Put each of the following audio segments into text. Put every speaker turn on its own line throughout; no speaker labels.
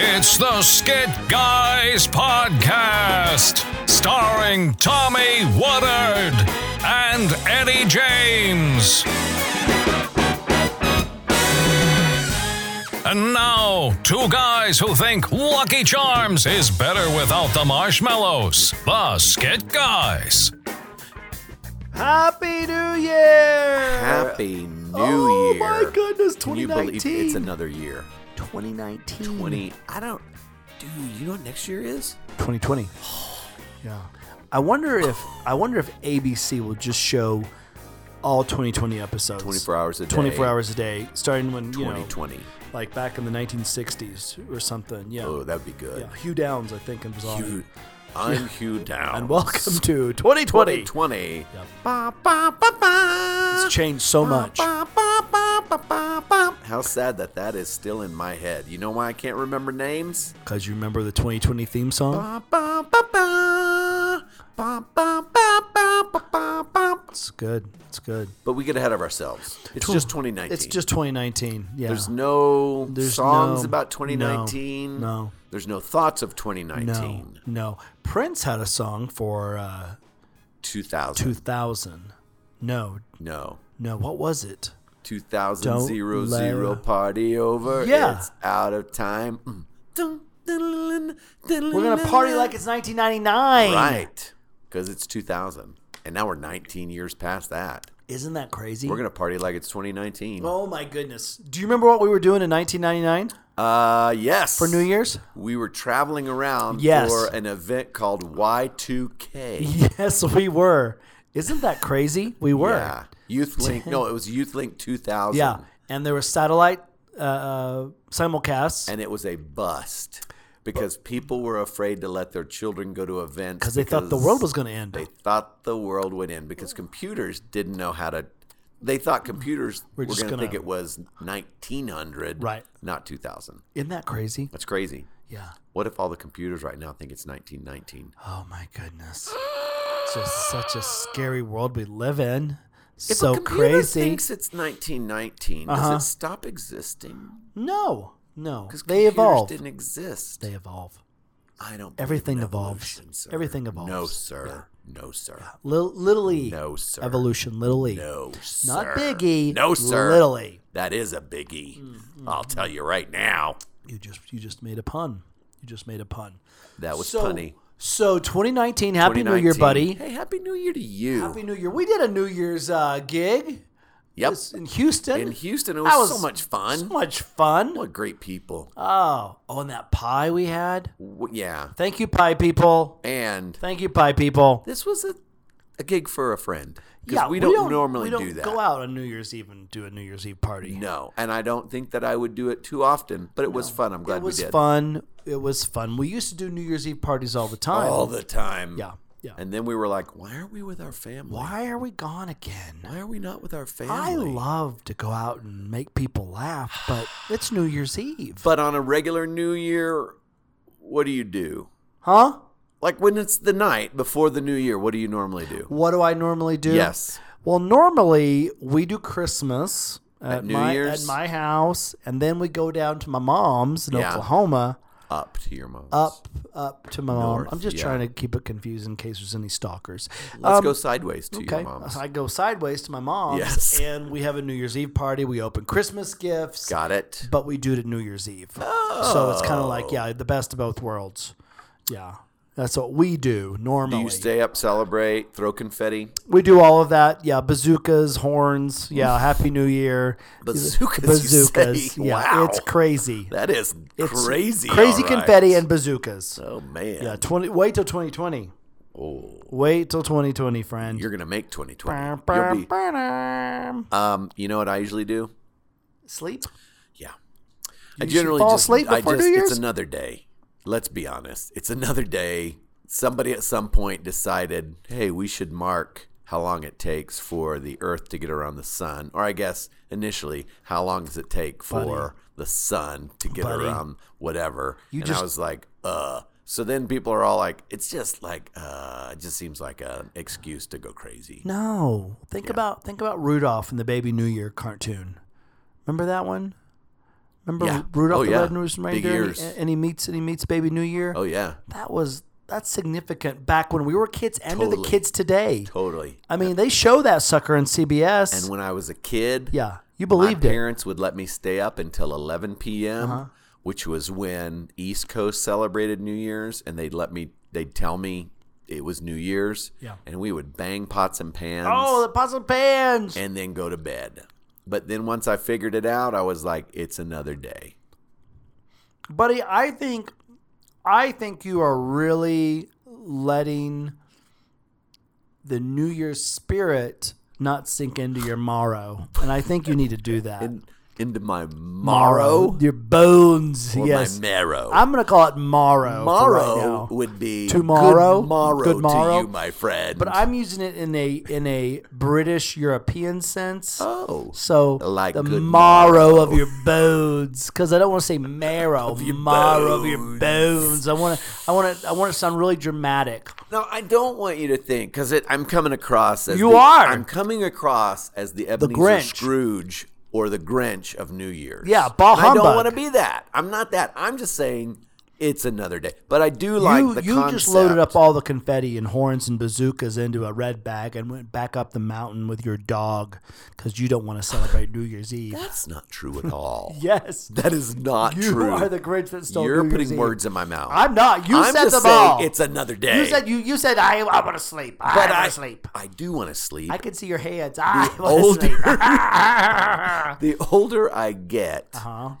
It's the Skit Guys Podcast, starring Tommy Woodard and Eddie James. And now, two guys who think Lucky Charms is better without the marshmallows. The Skit Guys.
Happy New Year!
Happy New
oh
Year.
my goodness,
Can you believe
2019.
it's another year?
2019.
20. I don't. Dude, you know what next year is?
2020. Yeah. I wonder if I wonder if ABC will just show all 2020 episodes.
24 hours a day.
24 hours a day, starting when you know,
2020.
like back in the 1960s or something. Yeah.
Oh, that'd be good.
yeah. Hugh Downs, I think, was on.
Hugh, I'm Hugh Down.
And welcome to 2020.
2020.
Yep.
Ba, ba, ba, ba.
It's changed so much.
Ba, ba, ba, ba, ba, ba. How sad that that is still in my head. You know why I can't remember names?
Because you remember the 2020 theme song?
Ba, ba, ba, ba. Ba, ba, ba, ba, ba, ba, ba.
It's good. It's good.
But we get ahead of ourselves. It's
Tw-
just 2019.
It's just 2019. Yeah.
There's no
There's
songs
no-
about 2019.
no, no.
There's no thoughts of
No,
2019.
no. Prince had a song for uh,
2000.
2000. No,
no.
no. What was it?
2000
Don't
zero,
let-
zero, party over.
Yeah.
It's out of time. Mm. Dun, dun, dun, dun,
We're gonna
dun,
party
dun.
like it's 1999.
Right. Because it's 2000. And now we're 19 years past that.
Isn't that crazy?
We're going to party like it's 2019.
Oh my goodness. Do you remember what we were doing in 1999
Uh, yes.
for New Year's?
We were traveling around
Yes.
for an event called Y2K.
Yes, we were. Isn't that crazy? We were.
Yeah. Youth Link. No, it was Youth Link 2000.
Yeah. And there were satellite uh, uh, simulcasts
And it was a bust because people were afraid to let their children go to events
because they thought the
because
world was going to end.
they thought the world would end because computers didn't know how to. They thought computers were,
just
going to
gonna-
think it was 1900,
Right.
Not 2000.
Isn't that crazy?
That's crazy.
Yeah.
What if all the computers right now think it's 1919?
Oh my goodness. It's just such a scary world we live in.
If
so
a computer
crazy.
thinks it's 1919, does
Uh-huh.
it stop existing?
no, no.
Because
They
computers
evolve.
didn't exist.
They evolve.
I don't. believe
Everything
in
evolves.
evolution, sir.
Everything evolves.
No, sir. No, sir.
Little, little E.
No, sir.
Evolution. Little E.
No, sir.
Not Big E.
No, sir.
Little Mm-hmm. E.
That is a biggie. I'll tell you right now.
You just, you just made a pun. You just made a pun.
That was
so,
funny.
So 2019, Happy New Year, buddy.
Hey, happy New Year to you.
Happy New Year. We did a New Year's uh, gig
yep.
in Houston.
In Houston, it
That
was, so much fun.
So much fun.
what great people.
Oh, oh, and that pie we had.
W- yeah.
Thank you, pie people.
And
Thank you, pie people.
this was a, a gig for a friend. Because
Yeah,
we, don't normally
we don't
do that.
Go out on New Year's Eve and do a New Year's Eve party.
No. And I don't think that I would do it too often, but it was fun. I'm glad
it was
we did.
fun. It was fun. We used to do New Year's Eve parties all the time.
All the time.
yeah, yeah.
And then we were like, why aren't we with our family?
Why are we gone again?
Why are we not with our family?
I love to go out and make people laugh, but it's New Year's Eve,
But on a regular New Year, what do you do?
huh?
Like when it's the night before the New Year, what do you normally do?
What do I normally do?
Yes.
Well, normally we do Christmas at,
New
my
Year's?
at my house, and then we go down to my mom's in
Yeah.
Oklahoma.
Up to your mom's.
Up, up to my mom.
North,
I'm just
yeah.
trying to keep it confused in case there's any stalkers.
Let's
Um,
go sideways to
Okay,
your mom's.
I go sideways to my mom's,
Yes.
and we have a New Year's Eve party. We open Christmas gifts,
Got it.
but we do it at New Year's Eve. So it's kind of like yeah, the best of both worlds. Yeah, that's what we do normally.
You stay up, celebrate, throw confetti.
We do all of that. Yeah, bazookas, horns. Yeah, Happy New Year.
Bazookas, you
bazookas.
say?
Yeah,
Wow.
it's crazy.
That is
It's
crazy.
crazy
all right.
confetti and bazookas.
Oh man.
Yeah, twenty. Wait till twenty twenty.
Oh,
Wait till twenty twenty, friend.
you're gonna make 2020. You'll be. Um, you know what I usually do?
Sleep.
Yeah. I
usually
generally
fall
just,
asleep
I
before
just,
New Year's?
It's another day. Let's be honest. It's another day. Somebody at some point decided, hey, we should mark how long it takes for the Earth to get around the sun. Or I guess initially, how long does it take for the sun to get
Buddy.
around whatever?
You
and
just-
I was like, uh. So then people are all like, it's just like, uh, it just seems like an excuse to go crazy.
No. Think about think about Rudolph and the Baby New Year cartoon. Remember that one? Remember
Yeah.
Rudolph
Oh,
the
yeah.
Red-Nosed
Big
Reindeer, and,
ears.
and he meets and he meets Baby New Year.
Oh yeah,
That was that's significant back when we were kids and to the
Totally.
kids today.
totally.
I mean, they show that sucker on CBS.
And when I was a kid,
yeah, you believed
my
it. Uh-huh.
parents would let me stay up until 11 p.m., which was when East Coast celebrated New Year's, and they'd let me. They'd tell me it was New Year's,
Yeah.
and we would bang pots and pans.
Oh, the pots and pans.
and then go to bed. But then once I figured it out, I was like, it's another day.
buddy i think i think you are really letting the new year's spirit not sink into your marrow and i think you need to do that
In, into my morrow
your bones
or
yes
my marrow.
i'm gonna call it marrow for right
morrow
now.
would be
Tomorrow?
Good morrow
Good morrow?
to you, my friend.
but i'm using it in a in a british european sense
oh,
so
Like
the
good
marrow of your bones, because I don't want to say marrow, marrow of your bones. I want to, I want to, I want it to sound really dramatic.
no, I don't want you to think because I'm coming across as
You
the-
are.
I'm coming across as the Ebenezer
Grinch.
Scrooge or the Grinch of New Year's.
Yeah, bah
And I
humbug.
don't want to be that. I'm not that. I'm just saying it's another day. But I do like
you
the
you
concept.
just loaded up all the confetti and horns and bazookas into a red bag and went back up the mountain with your dog because you don't want to celebrate New Year's Eve.
That's not true at all.
Yes,
That is not
You
true.
are the Grinch that stole
You're
New Year's
putting
Eve.
words in my mouth.
I'm not. You
I'm
said
just
them
saying
all.
It's another day.
you said you you said I I want to sleep. I
but
want
I
to sleep.
I do want to sleep.
I can see your hands. I want
older-
to sleep.
the older I get,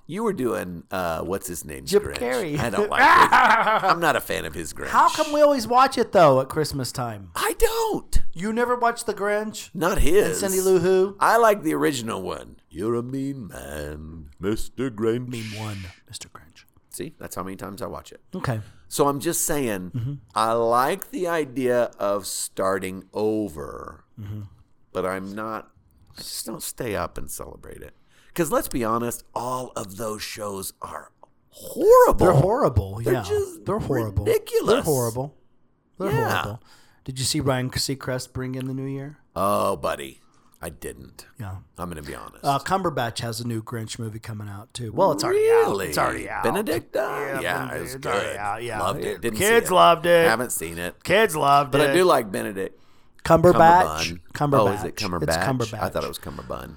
you were doing uh, what's his name's
Uh-huh. Jim
Grinch.
Carrey.
I don't like. his, I'm not a fan of his Grinch.
How come we always watch it though at Christmas time?
I don't.
You never watch The Grinch?
Not his.
And Cindy Lou Who?
I like the original one. You're a mean man, Mr. Grinch.
One, Mr. Grinch.
See, that's how many times I watch it.
Okay.
So I'm just saying,
Mm-hmm.
I like the idea of starting over,
Mm-hmm.
but I'm not, I just don't stay up and celebrate it. Because let's be honest, all of those shows are horrible.
They're horrible. yeah.
just
They're horrible.
ridiculous.
They're horrible. They're
Yeah.
horrible. Did you see Ryan Seacrest bring in the new year?
oh, buddy, I didn't.
Yeah.
I'm going to be honest.
Uh, Cumberbatch has a new Grinch movie coming out too. Well, it's already
really?
out. It's already out.
Benedicta? Yeah, it was
it's
good.
already out, yeah.
Loved it. Didn't see
Kids
it.
loved it.
Haven't seen it.
Kids loved
But
it.
I do like Benedict.
Cumberbatch.
Cumberbun.
Cumberbatch.
Oh, is it Cumberbatch?
It's Cumberbatch.
I thought it was Cumberbun.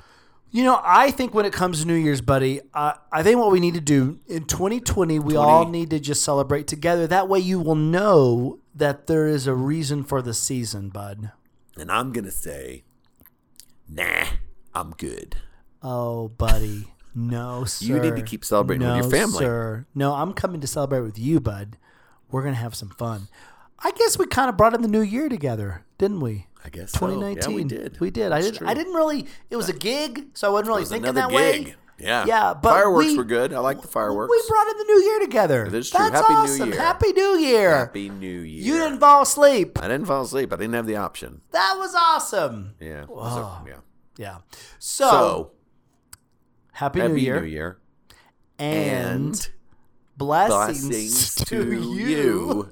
You know, I think when it comes to New Year's, buddy, uh, I think what we need to do in 2020, we all need to just celebrate together. That way, you will know that there is a reason for the season, bud.
And I'm going to say, nah, I'm good.
Oh, buddy, no, sir.
You need to keep celebrating with
No,
your family.
sir. No, I'm coming to celebrate with you, bud. We're gonna have some fun. I guess we kind of brought in the new year together, didn't we?
I guess so. Yeah, we
2019.
did.
We did. I
That's
didn't.
true.
I didn't really. It was a gig, so I wasn't really
was
thinking that
another
way.
gig. Yeah.
Yeah, but
fireworks
we-
were good. I like the fireworks.
We brought in the new year together.
That is true.
That's
Happy New
awesome.
Year.
Happy New Year.
Happy New Year.
You didn't fall asleep.
I didn't fall asleep. I didn't have the option.
That was awesome.
Yeah. So, yeah.
Yeah. So,
So
happy,
happy
New Year,
New Year
and,
and
blessings,
blessings
to, you.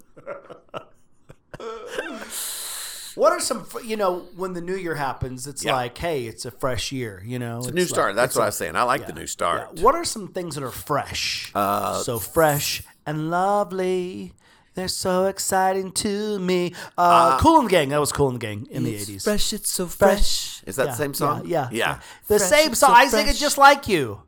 What are some? fr- You know, when the new year happens, it's
Yeah.
like, hey, it's a fresh year. You know, it's
New start. That's what I was saying. I like the new
Yeah.
start. Uh,
What are some things that are fresh? so fresh and lovely. They're so exciting to me. Uh, cool and the Gang. That was Cool and the Gang in the eighties.
Fresh, it's so
fresh.
fresh. Is that the same song?
Yeah.
Yeah.
The
Fresh,
same
it's
song.
so
I sing it
fresh.
just like you.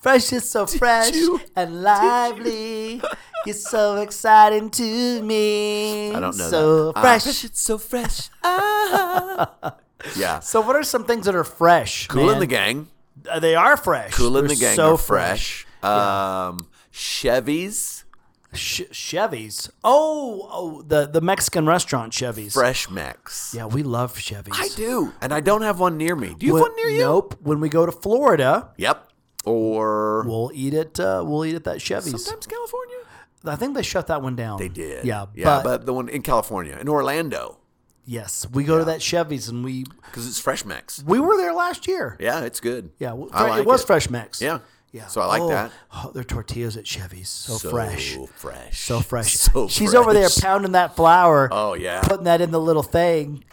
Fresh is so fresh
you?
and lively. You're so exciting to me.
I don't know.
So
that. Ah,
fresh.
it's so fresh. Ah. yeah.
so what are some things that are fresh?
Cool
man?
in the gang.
Uh, They are fresh.
Cool in
They're
the gang.
So
are fresh. Um, Chevy's
Sh- Chevys. Oh, oh, the the Mexican restaurant Chevys.
Fresh Max.
Yeah, we love Chevys.
I do, and I don't have one near me. Do you
When-
have one near you?
Nope. When we go to Florida,
Yep. Or
we'll eat at uh, we'll eat at that Chevy's.
sometimes California.
I think they shut that one down. They
Did
Yeah,
yeah,
but,
but, the one in California, in Orlando,
yes, we go to that Chevy's and we
because it's Fresh Max.
we were there last year.
Yeah, it's good.
Mm-hmm. Yeah, w-
I
fre-
like
it was fresh mix.
Yeah,
yeah.
So I like
Oh,
that.
Oh, their tortillas at Chevy's so,
So
fresh.
fresh,
So fresh.
so
She's over there
fresh.
pounding that flour.
Oh, yeah.
Putting that in the little thing.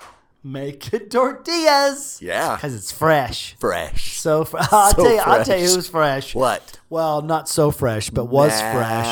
making tortillas
Yeah.
because it's fresh.
Fresh.
So, fr- I'll,
So
tell you, I'll tell you
fresh.
who's fresh.
What?
Well, not so fresh, but was fresh.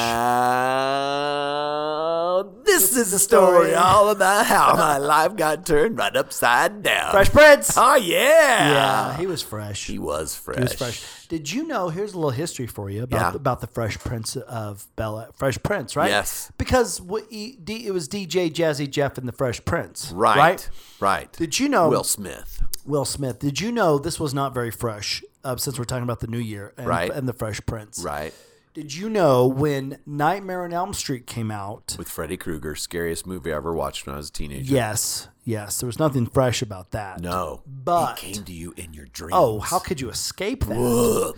Now, this is a
story.
story all about how my life got turned right upside down.
Fresh Prince.
Oh, yeah.
yeah, he was fresh.
He
He
was fresh.
was fresh. Did you know? Here's a little history for you about
Yeah.
the, about the Fresh Prince of Bella, Fresh Prince, right?
Yes.
Because what he, D, it was DJ Jazzy Jeff and the Fresh Prince,
Right. Right.
right? Did you know
Will Smith.
Will Smith. Did you know this was not very fresh? Uh, since we're talking about the New Year and,
Right.
and the Fresh Prince,
Right.
Did you know when Nightmare on Elm Street came out?
With Freddy Krueger, scariest movie I ever watched when I was a teenager.
Yes, yes. There was nothing fresh about that.
No.
But-
he came to you in your dreams.
Oh, how could you escape that?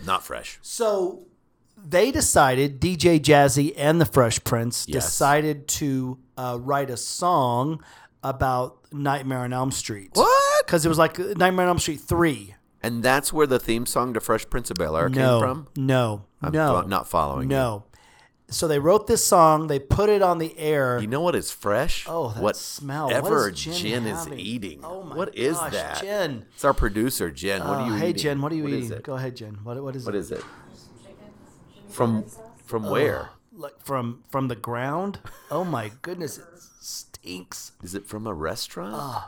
Ugh, not fresh.
So they decided, DJ Jazzy and the Fresh Prince
Yes.
decided to uh, write a song about Nightmare on Elm Street.
What?
Because it was like Nightmare on Elm Street 3.
And that's where the theme song to Fresh Prince of Bel Air
no,
came from.
No.
I'm
no.
fo- not following. you.
No. So they wrote this song, they put it on the air.
You know what is fresh?
Oh, that
what
smell. What
Ever
is Jen
is
having?
eating.
Oh my
What is
gosh,
that?
Jen.
It's our producer, Jen. What
Uh,
are you
hey
eating?
Jen, what are you
is
eating?
it?
Go ahead, Jen. What what is
What
it?
is it? From from where?
Like from from the ground? Oh my goodness, it stinks.
Is it from a restaurant?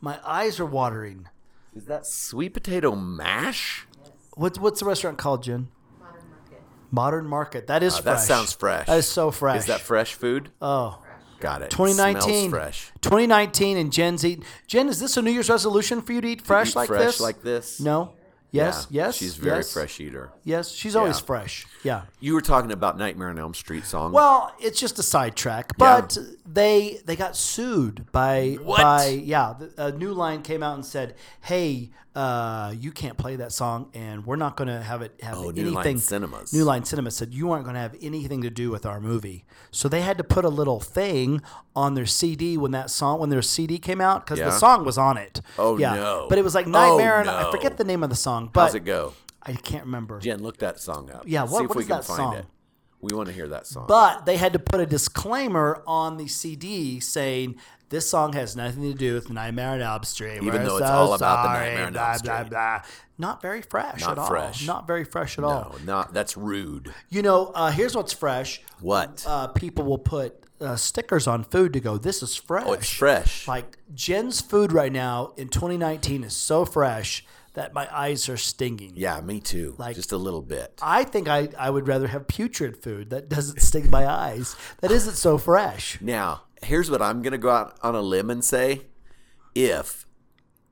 My eyes are watering.
is that sweet potato mash?
What's what's the restaurant called, Jen? Modern Market. Modern Market. That is
Uh, that
fresh.
sounds fresh.
That is so fresh.
Is that fresh food?
oh,
Got it. Smells
2019.
fresh.
2019, and Jen's eating. Jen, is this a New Year's resolution for you to eat fresh
Eat
like
fresh
this?
like this?
No. Yes.
Yeah,
yes.
She's very
yes,
fresh eater.
Yes. She's always
Yeah.
fresh. Yeah.
You were talking about Nightmare on Elm Street song.
Well, it's just a sidetrack, but they they got sued by
What?
by yeah. th- A new line came out and said, "Hey, uh, you can't play that song, and we're not going to have it have
Oh, New Line
anything."
Cinemas.
New Line Cinema said you aren't going to have anything to do with our movie, so they had to put a little thing on their CD when that song when their CD came out because
Yeah.
the song was on it.
Oh,
yeah.
no.
But it was like
Oh,
Nightmare, and I
no.
forget the name of the song,
how's
but
it go?
I can't remember.
Jen, look that song up.
Yeah, what-
See if
what
we
is
can
that
find
song?
it. We want to hear that song.
But they had to put a disclaimer on the CD saying this song has nothing to do with Nightmare on Elm Street. Even
though it's all about the Nightmare on
blah,
Elm
Blah,
Street.
blah. Not very fresh
Not
at all.
fresh.
Not very fresh at all.
no, not that's rude.
You know, uh, here's what's fresh.
What?
Uh, people will put uh, stickers on food to go, this is fresh.
oh, it's fresh.
Like Jen's food right now in 2019 is so fresh that my eyes are stinging.
yeah, me too.
Like-
just a little bit.
I think I, I would rather have putrid food that doesn't sting my eyes. That isn't so fresh.
Now, here's what I'm going to go out on a limb and say. If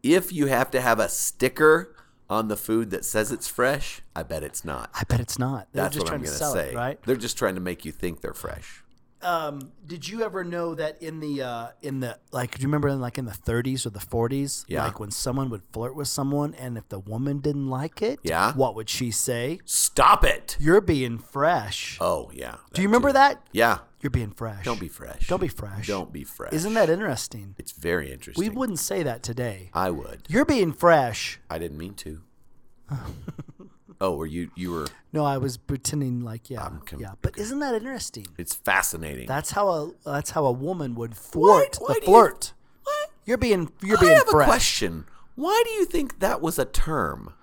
if you have to have a sticker on the food that says it's fresh, I bet it's not.
I bet it's not. They're
That's
just
what I'm
trying to
going to
sell
say.
it, right?
They're just trying to make you think they're fresh.
Um, did you ever know that in the uh, in the like, do you remember in, like in the 30s or the 40s,
Yeah.
like when someone would flirt with someone, and if the woman didn't like it,
Yeah.
what would she say?
Stop it.
You're being fresh.
Oh, yeah.
do you remember that?
Yeah.
You're being fresh.
Don't be fresh.
Don't be fresh.
Don't be fresh.
Isn't that interesting?
It's very interesting.
We wouldn't say that today.
I would.
You're being fresh.
I didn't mean to. oh, were you? You were.
No, I was pretending like yeah,
I'm com-
yeah. But isn't that interesting?
It's fascinating.
That's how a that's how a woman would thwart
Why
the
do you-
flirt.
what?
You, are being you're
I
being
have
fresh.
a question. Why do you think that was a term?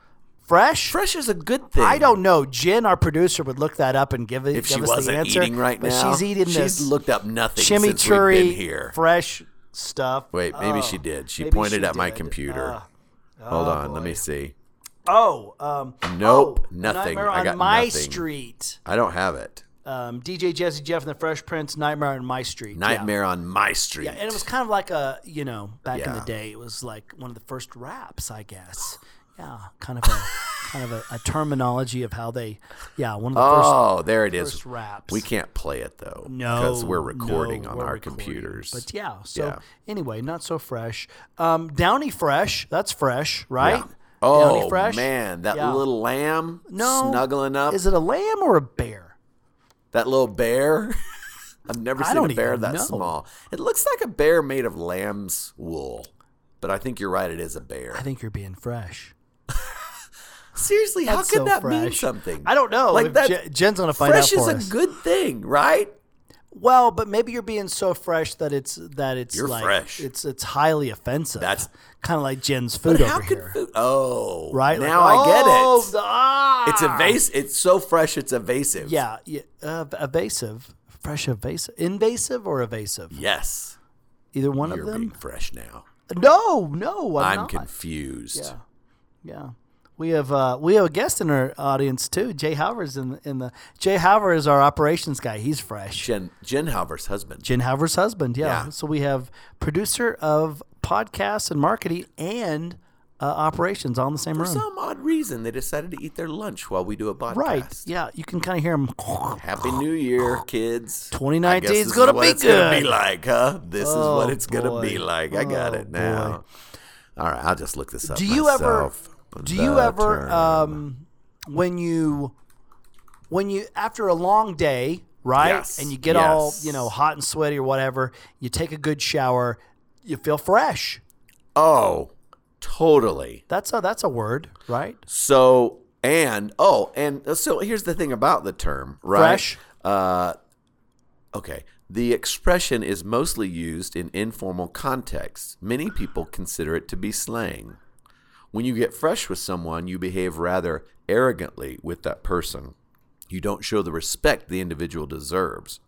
Fresh?
Fresh is a good thing.
I don't know. Jen, our producer, would look that up and give it.
If
give
she
us
wasn't
the answer,
eating right
but
now,
she's eating
she's
this
looked up nothing since we've
chimichurri
been here.
fresh stuff.
Wait, maybe
Oh,
she did. She
maybe
pointed
she
at my
did.
computer.
Uh,
Hold on, let
boy.
me see.
oh, um,
Nope,
oh,
nothing.
Nightmare
I
on
got
my
nothing.
street.
I don't have it.
Um, DJ Jesse Jeff and the Fresh Prince. Nightmare on my street. Yeah.
Nightmare on my street.
Yeah, and it was kind of like a you know back in
Yeah.
the day, it was like one of the first raps, I guess. Yeah, kind of a kind of a, a terminology of how they. Yeah, one of the first
oh, there it is.
first raps.
We can't play it though.
No,
because we're recording
no,
on
we're
our
recording.
computers.
But yeah, so
Yeah.
anyway, not so fresh. Um, Downy fresh, that's fresh, right?
Yeah. Oh
Downy fresh.
man, that
Yeah.
little lamb
No,
snuggling up.
Is it a lamb or a bear?
that little bear. I've never
I
seen
don't
a bear
even
that
know.
small. It looks like a bear made of lamb's wool. But I think you're right. It is a bear.
I think you're being fresh.
Seriously, how
That's
could
so
that mean
fresh.
something?
I don't know.
Like
If
that,
Je- Jen's gonna find
fresh
out for
is
us.
a good thing, right?
Well, but maybe you're being so fresh that it's that it's
You're
like
fresh.
it's it's highly offensive.
That's-
kind of like Jen's food over
How could
here,
food? Oh,
right?
now
Like,
I get it.
oh, the- ah!
it's evasive. It's so fresh. It's evasive.
Yeah, yeah uh, evasive, fresh evasive, invasive or evasive.
Yes.
Either one
You're
of them.
being fresh now.
No, no, I'm,
I'm
not.
confused.
Yeah. Yeah. We have uh, we have a guest in our audience too. Jay Halver's in the, in the Jay Halver is our operations guy. He's fresh.
Jen Jen Halver's husband.
Jen Halver's husband. Yeah.
Yeah.
So we have producer of podcasts and marketing and uh, operations all in the same
For
room.
some odd reason, they decided to eat their lunch while we do a podcast.
right. Yeah. You can kind of hear him.
Happy New Year, kids.
2019
I guess
is
this
gonna
what
be
it's gonna
good.
be like, huh? This
Oh,
is what it's gonna
boy.
be like. I got
Oh,
it now. All right, I'll just look this up.
Do you ever?
myself.
Do
The
you ever?
term.
Um, when you, when you after a long day, right,
Yes,
and you get all
yes.
you know hot and sweaty or whatever, you take a good shower, you feel fresh.
oh, totally.
That's a that's a word, right?
So and oh and so here's the thing about the term right.
Fresh.
Uh, okay. The expression is mostly used in informal contexts. Many people consider it to be slang. When you get fresh with someone, you behave rather arrogantly with that person. You don't show the respect the individual deserves.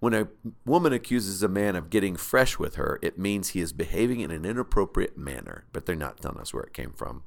When a woman accuses a man of getting fresh with her, it means he is behaving in an inappropriate manner, but they're not telling us where it came from.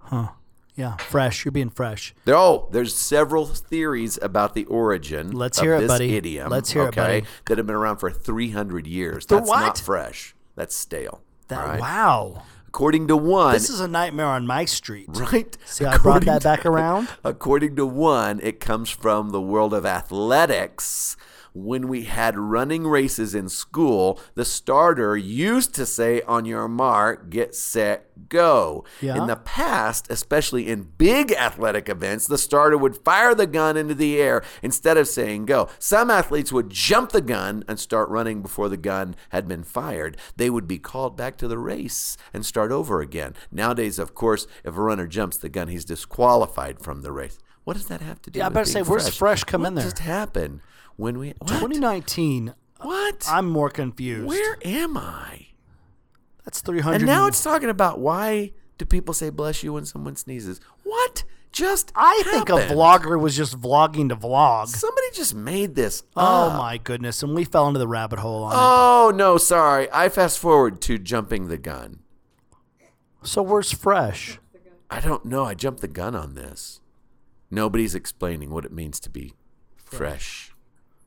Yeah, fresh. You're being fresh.
There, oh, there's several theories about the origin.
Let's
of
hear it,
this
buddy.
Idiom,
Let's hear it,
okay,
buddy.
That have been around for 300 years.
The
That's
what?
not fresh. That's stale.
That,
all right?
Wow,
According to one,
this is a nightmare on my street.
right?
See, how I brought
According
that
to-
back around.
According to one, it comes from the world of athletics. When we had running races in school, the starter used to say, on your mark, get set, go.
Yeah.
In the past, especially in big athletic events, the starter would fire the gun into the air instead of saying go. Some athletes would jump the gun and start running before the gun had been fired. They would be called back to the race and start over again. Nowadays, of course, if a runner jumps the gun, he's disqualified from the race. What does that have to do?
Yeah, I
with
better say,
being
where's fresh come
What
in there?
Just happened when we what?
2019.
what?
I'm more confused.
Where am I?
That's 300.
And now it's talking about why do people say bless you when someone sneezes? What just
I think a
happened?
vlogger was just vlogging to vlog.
Somebody just made this.
Oh
up.
my goodness! And we fell into the rabbit hole on
Oh no, sorry. I fast forward to jumping the gun.
it. So where's fresh?
I don't know. I jumped the gun on this. Nobody's explaining what it means to be fresh.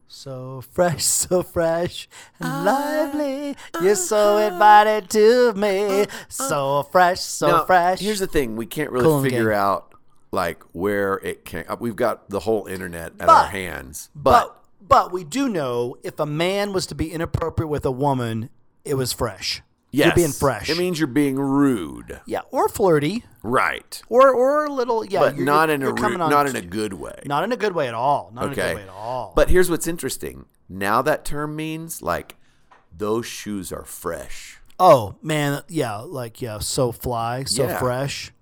So fresh, so fresh and
Uh,
lively. You're so invited to me. So fresh, so
uh, Now,
fresh.
Here's the thing: we can't really
Cool and
figure
gang.
out like where it came. uh, We've got the whole internet at our
But-
hands,
but but we do know if a man was to be inappropriate with a woman, it was fresh.
yes,
You're being fresh.
It means you're being rude,
yeah, or flirty,
right?
or or a little yeah,
but
you're,
not
you're-
in a
you're
rude,
coming on-
not in a good way.
not in a good way at all. Not in a
okay.
good way at all.
But here's what's interesting. Now that term means like those shoes are fresh.
Oh man, yeah, like yeah, so fly, so
Yeah.
fresh.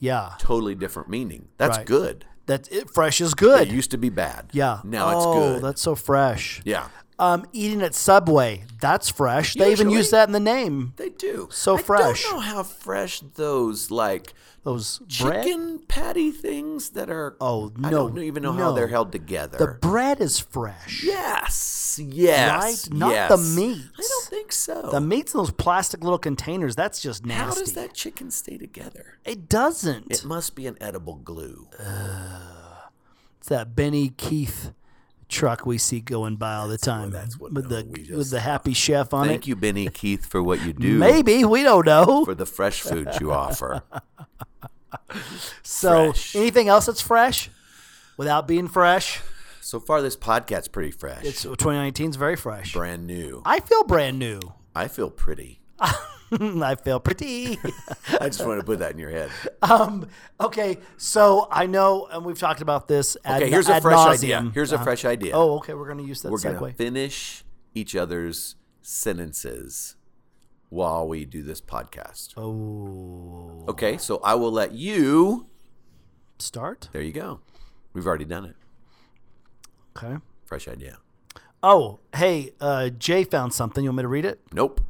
Yeah,
Totally different meaning. That's
Right.
good.
that it fresh is good.
It used to be bad.
yeah,
Now
oh,
it's good.
that's so fresh.
yeah.
Um, eating at Subway, that's fresh. They even
Usually-
use that in the name.
They do.
So fresh.
I don't know how fresh those like
Those bread.
chicken patty things that are
Oh,
I
no,
don't even know how
no.
they're held
The
together.
bread is fresh.
yes. Yes.
Right? Not
yes.
the
I
meats.
don't think so.
The meat's in those plastic little containers. That's just nasty.
how does that chicken stay together?
It doesn't.
It must be an edible glue.
it's that Benny Keith truck we see going by all the time. That's what with the with the happy chef on
Thank
it.
you, Benny Keith, for what you do
Maybe we don't know.
for the fresh food you offer.
So
fresh.
anything else that's fresh without being fresh?
So far, this podcast's pretty fresh,
It's 2019 is very fresh.
brand new.
I feel brand new.
I feel pretty.
I feel pretty.
I just want to put that in your head.
um, okay, so I know, and we've talked about this. Ad,
Okay, here's a
ad
fresh idea.
nauseum.
Here's a fresh idea.
oh, okay, we're gonna use that
we're
segue.
gonna finish each other's sentences while we do this podcast.
oh,
Okay, so I will let you.
start.
There you go. We've already done it.
Okay.
Fresh idea.
Oh, hey, uh, Jay found something. You want me to read it?
Nope.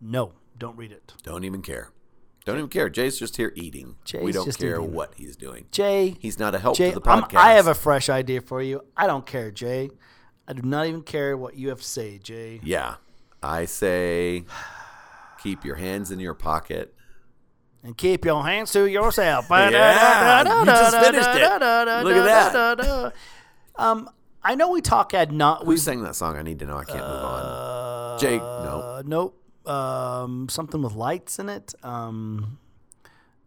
No, don't read it.
Don't even care. Don't even care. Jay's just here eating. we
Jay's
don't
just
care
eating.
what he's doing.
Jay,
He's not a help
Jay,
to the
I'm-
podcast.
I have a fresh idea for you. I don't care, Jay. I do not even care what you have to say, Jay.
Yeah. I say keep your hands in your pocket.
And keep your hands to yourself.
Yeah, you just finished it. Look at
that. Um, I know we talk ad not.
Who
We
sang that song? I need to know. I can't move on. Jake, no.
uh, nope. Um, something with lights in it. Um,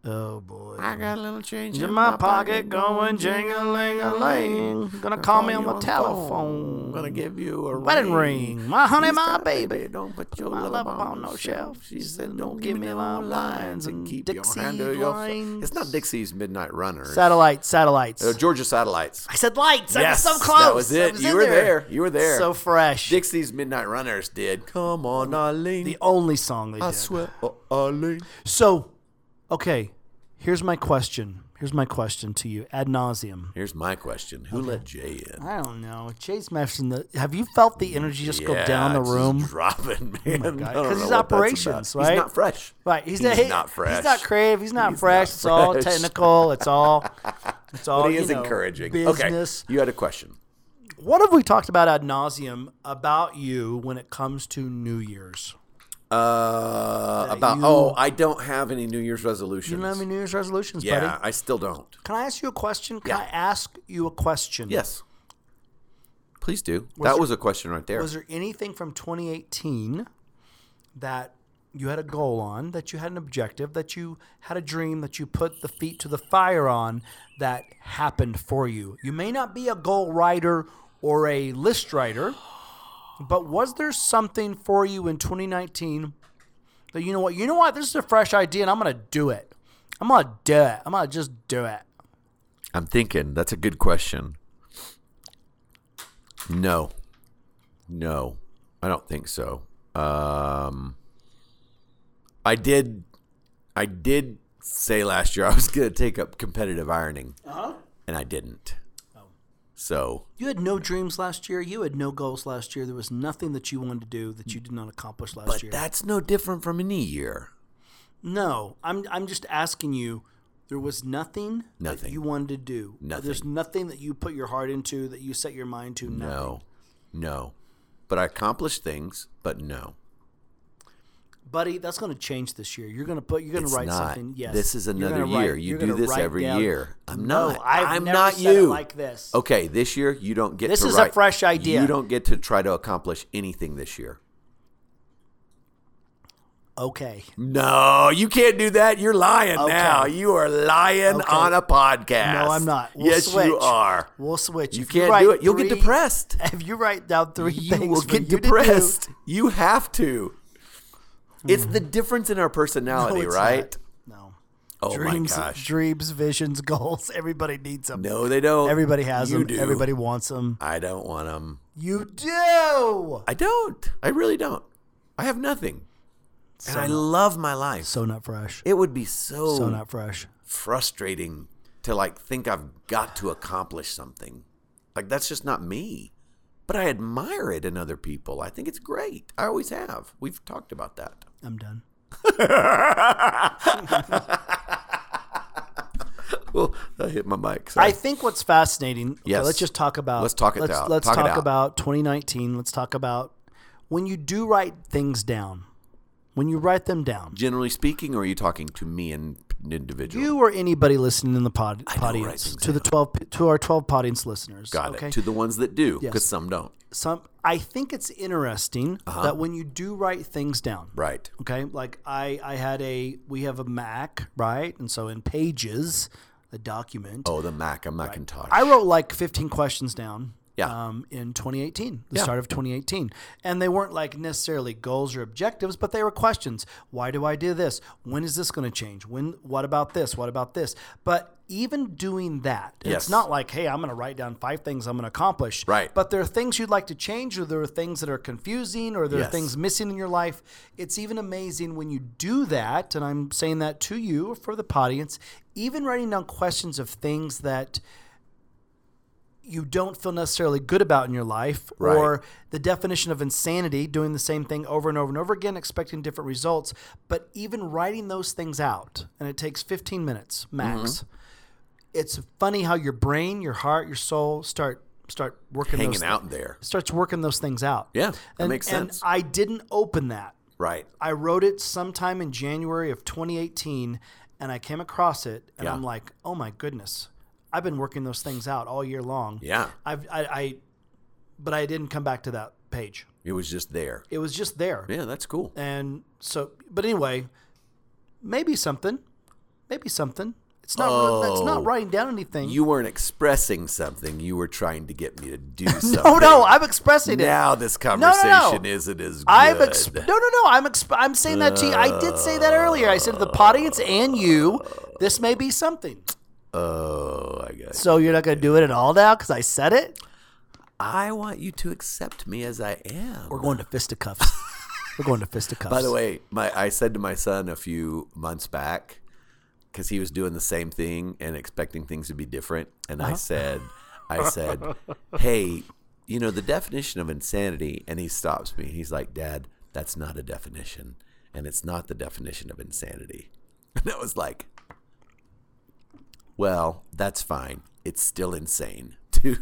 oh boy.
I got a little change
in my pocket going jingling a ling. Gonna call me on my telephone.
Gonna give you a
Wedding ring. My honey, my baby.
Don't put your
My
love,
love
on no shelf. She said, "Don't give me long lines and keep your hand to
Dixie
your."
lines.
It's not Dixie's Midnight Runner. It's,
Satellites, satellites.
uh, Georgia Satellites.
I said lights. I was
Yes,
so close.
that was
I
it. you
in
were there. You were there.
So fresh.
Dixie's Midnight Runners did. Come on, Eileen.
the only song they
I
did.
swear, uh, Eileen.
So, okay, here's my question. Here's my question to you ad nauseum.
Here's my question: Who let Jay in?
I don't know. Chase Masterson, the, have you felt the energy just go down the
it's
room? Oh
Just dropping, man.
God,
I don't
'cause
know
he's
what that's
operations,
about.
right?
He's not fresh.
Right, he's,
He's
not, he-
not
He's
fresh.
not creative. He's not
He's
fresh.
not
It's all
fresh.
technical. It's all. It's all.
But he is
you know,
encouraging.
Business.
Okay, you had a question.
What have we talked about ad nauseum about you when it comes to New Year's?
Uh, about
you-
oh, I don't have any New Year's resolutions.
You don't have any New Year's resolutions,
yeah,
buddy.
I still don't.
Can I ask you a question? Can
Yeah.
I ask you a question?
Yes, please do. that was a question right there.
Was there anything from 2018 that you had a goal on, that you had an objective, that you had a dream, that you put the feet to the fire on that happened for you? You may not be a goal writer or a list writer, but was there something for you in 2019 that you know what? You know what? This is a fresh idea and I'm going to do it. I'm going to do it. I'm going to just do it.
I'm thinking. That's a good question. No, no, I don't think so. Um, I did, I did say last year I was going to take up competitive ironing,
Uh-huh.
and I didn't.
Oh.
So
You had no dreams last year. You had no goals last year. There was nothing that you wanted to do that you did not accomplish last
But
year.
that's no different from any year.
no, I'm I'm just asking you. There was nothing, that
Nothing.
you wanted to do.
Nothing.
There's nothing that you put your heart into that you set your mind to. Nothing.
No, no. But I accomplished things, but no.
buddy, that's going to change this year. You're going to put. You're going
It's
to write
not.
something. Yes,
This is
You're
another
gonna
year.
write-
You
you're
do
gonna
this
write
every
down-
year. I'm
No,
not.
I've
am
never
not
said it
you. Oh.
like this.
Okay, this year you don't get.
This
to
is a
write-
fresh idea.
You don't get to try to accomplish anything this year.
Okay.
No, you can't do that. You're lying
Okay.
now. You are lying
Okay.
on a podcast.
No, I'm not. We'll
yes,
switch.
you are.
We'll switch.
You
If
can't
write
do it. You'll get
three-
depressed.
If you write down three
you
things,
will
for
get
you to do-
depressed. You have to. It's the difference in our
Hmm. No,
personality,
it's
right?
not. No.
Oh
dreams,
my gosh!
dreams, visions, goals. Everybody needs them.
No, they don't.
Everybody has
you
them.
Do.
Everybody wants them.
I don't want them.
You do.
I don't. I really don't. I have nothing, and I love my life.
So not fresh.
it would be so,
So not fresh.
frustrating to like think I've got to accomplish something. Like that's just not me. But I admire it in other people. I think it's great. I always have. We've talked about that.
I'm done.
Well, I hit my mic. Sorry.
I think what's fascinating. okay,
Yes.
let's just talk about.
Let's talk it
let's,
out.
Let's
Talk it
talk,
out.
about 2019. Let's talk about when you do write things down. When you write them down,
Generally speaking, or are you talking to me and an individual?
you or anybody listening in the pod,
know, right,
audience to the 12 p- to our 12 audience listeners.
got
okay?
it. To the ones that do, because
Yes.
some don't.
Some I think it's interesting that when you do write things down,
Right.
okay like i i had a we have a mac right and so in pages the document
Oh, the Mac, a Macintosh.
i wrote like 15 questions down
Yeah.
um, in 2018 the start of 2018 and they weren't like necessarily goals or objectives but they were questions why do i do this when is this going to change when what about this what about this but even doing that
Yes.
it's not like hey i'm going to write down five things i'm going to accomplish
Right.
but there are things you'd like to change or there are things that are confusing or there are
Yes.
things missing in your life. It's even amazing when you do that, and I'm saying that to you for the audience, even writing down questions of things that you don't feel necessarily good about in your life,
Right.
or the definition of insanity, doing the same thing over and over and over again, expecting different results. But even writing those things out, and it takes 15 minutes max.
Mm-hmm.
It's funny how your brain, your heart, your soul start start working
hanging
those thi-
out there.
starts working those things out.
Yeah, that
and,
makes sense.
And I didn't open that.
Right.
I wrote it sometime in January of 2018, and I came across it, and
Yeah.
I'm like, oh my goodness, I've been working those things out all year long.
Yeah.
I've, I, I, but I didn't come back to that page.
It was just there.
It was just there,
Yeah, that's cool.
and so, but anyway, maybe something, maybe something. It's not. re- It's
Oh.
not writing down anything.
You weren't expressing something. You were trying to get me to do something.
oh no, I'm expressing it.
now this
no.
conversation isn't as good.
I'm ex- no, no, no. I'm exp- I'm saying that to you. I did say that earlier. I said to the audience and you, this may be something.
oh, I guess.
So you're not going to do it at all now because I said it.
I want you to accept me as I am.
We're going to fisticuffs. We're going to fisticuffs.
By the way, my I said to my son a few months back because he was doing the same thing and expecting things to be different, and
Uh-huh.
I said, I said, hey, you know the definition of insanity, and he stops me. He's like, Dad, that's not a definition, and it's not the definition of insanity. And I was like, Well, that's fine. It's still insane. To,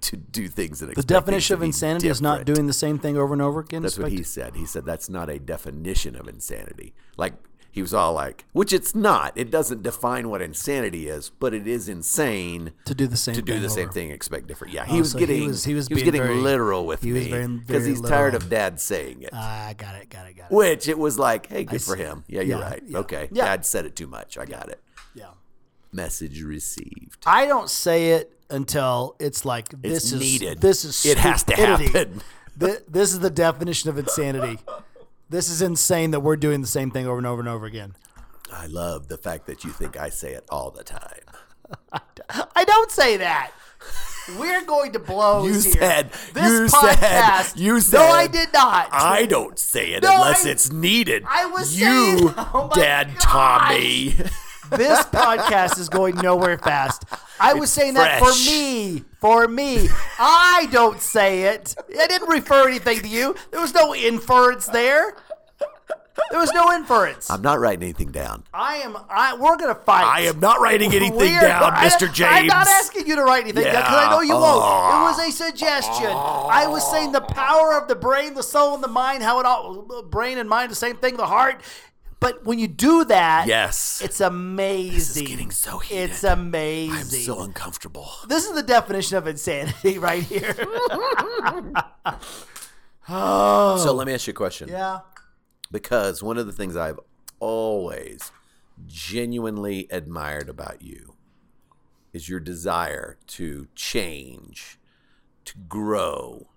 to do things that
the definition of insanity is not doing the same thing over and over again.
that's what
Expect-
he said. He said that's not a definition of insanity. Like he was all like, which it's not. It doesn't define what insanity is, but it is insane
to do the same.
to do
thing
the same
over.
thing. Expect different. Yeah, he was
Oh, so he
getting he
was-
was,
he was being
getting
very-
literal with
he
me
was very-
because
very
he's tired
literal.
of dad saying it.
Ah, got it, got it, got it.
which it was like, hey, good for
see.
him. Yeah, you're
Yeah,
right.
yeah,
okay,
yeah.
dad said it too much. I got it.
Yeah.
Message received.
I don't say it until it's like this is
needed.
This is
It has to
stupidity.
happen.
Thi- this is the definition of insanity. this is insane that we're doing the same thing over and over and over again.
I love the fact that you think I say it all the time.
I don't say that. We're going to blow.
You
here.
said
this
you
podcast.
said you said
no, I did not.
I don't say it
No,
unless
I-
it's needed.
I was
you,
saying- Oh my
Dad
gosh.
Tommy.
this podcast is going nowhere fast. I was saying that for
fresh.
me. For me. I don't say it. I didn't refer anything to you. There was no inference there. There was no inference.
I'm not writing anything down.
I am. I. We're gonna fight.
I am not writing anything
We're
down,
go- I-
Mr. James.
I'm not asking you to write anything down because I
Yeah.
know you
Oh.
won't. It was a suggestion. I was saying the power of the brain, the soul, and the mind. How it all brain and mind, the same thing, the heart. But when you do that,
yes.
it's amazing.
getting so heated.
It's amazing.
I'm so uncomfortable.
this is the definition of insanity right here.
So let me ask you a question.
Oh. yeah.
Because one of the things I've always genuinely admired about you is your desire to change, to grow.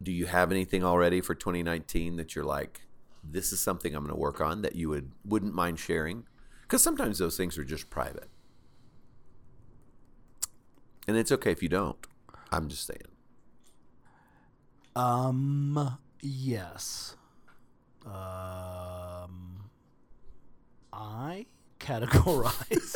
Do you have anything already for 2019 that you're like, this is something I'm going to work on that you would wouldn't mind sharing? Because sometimes those things are just private, and it's okay if you don't. I'm just saying.
Um. Yes. Um. I categorize.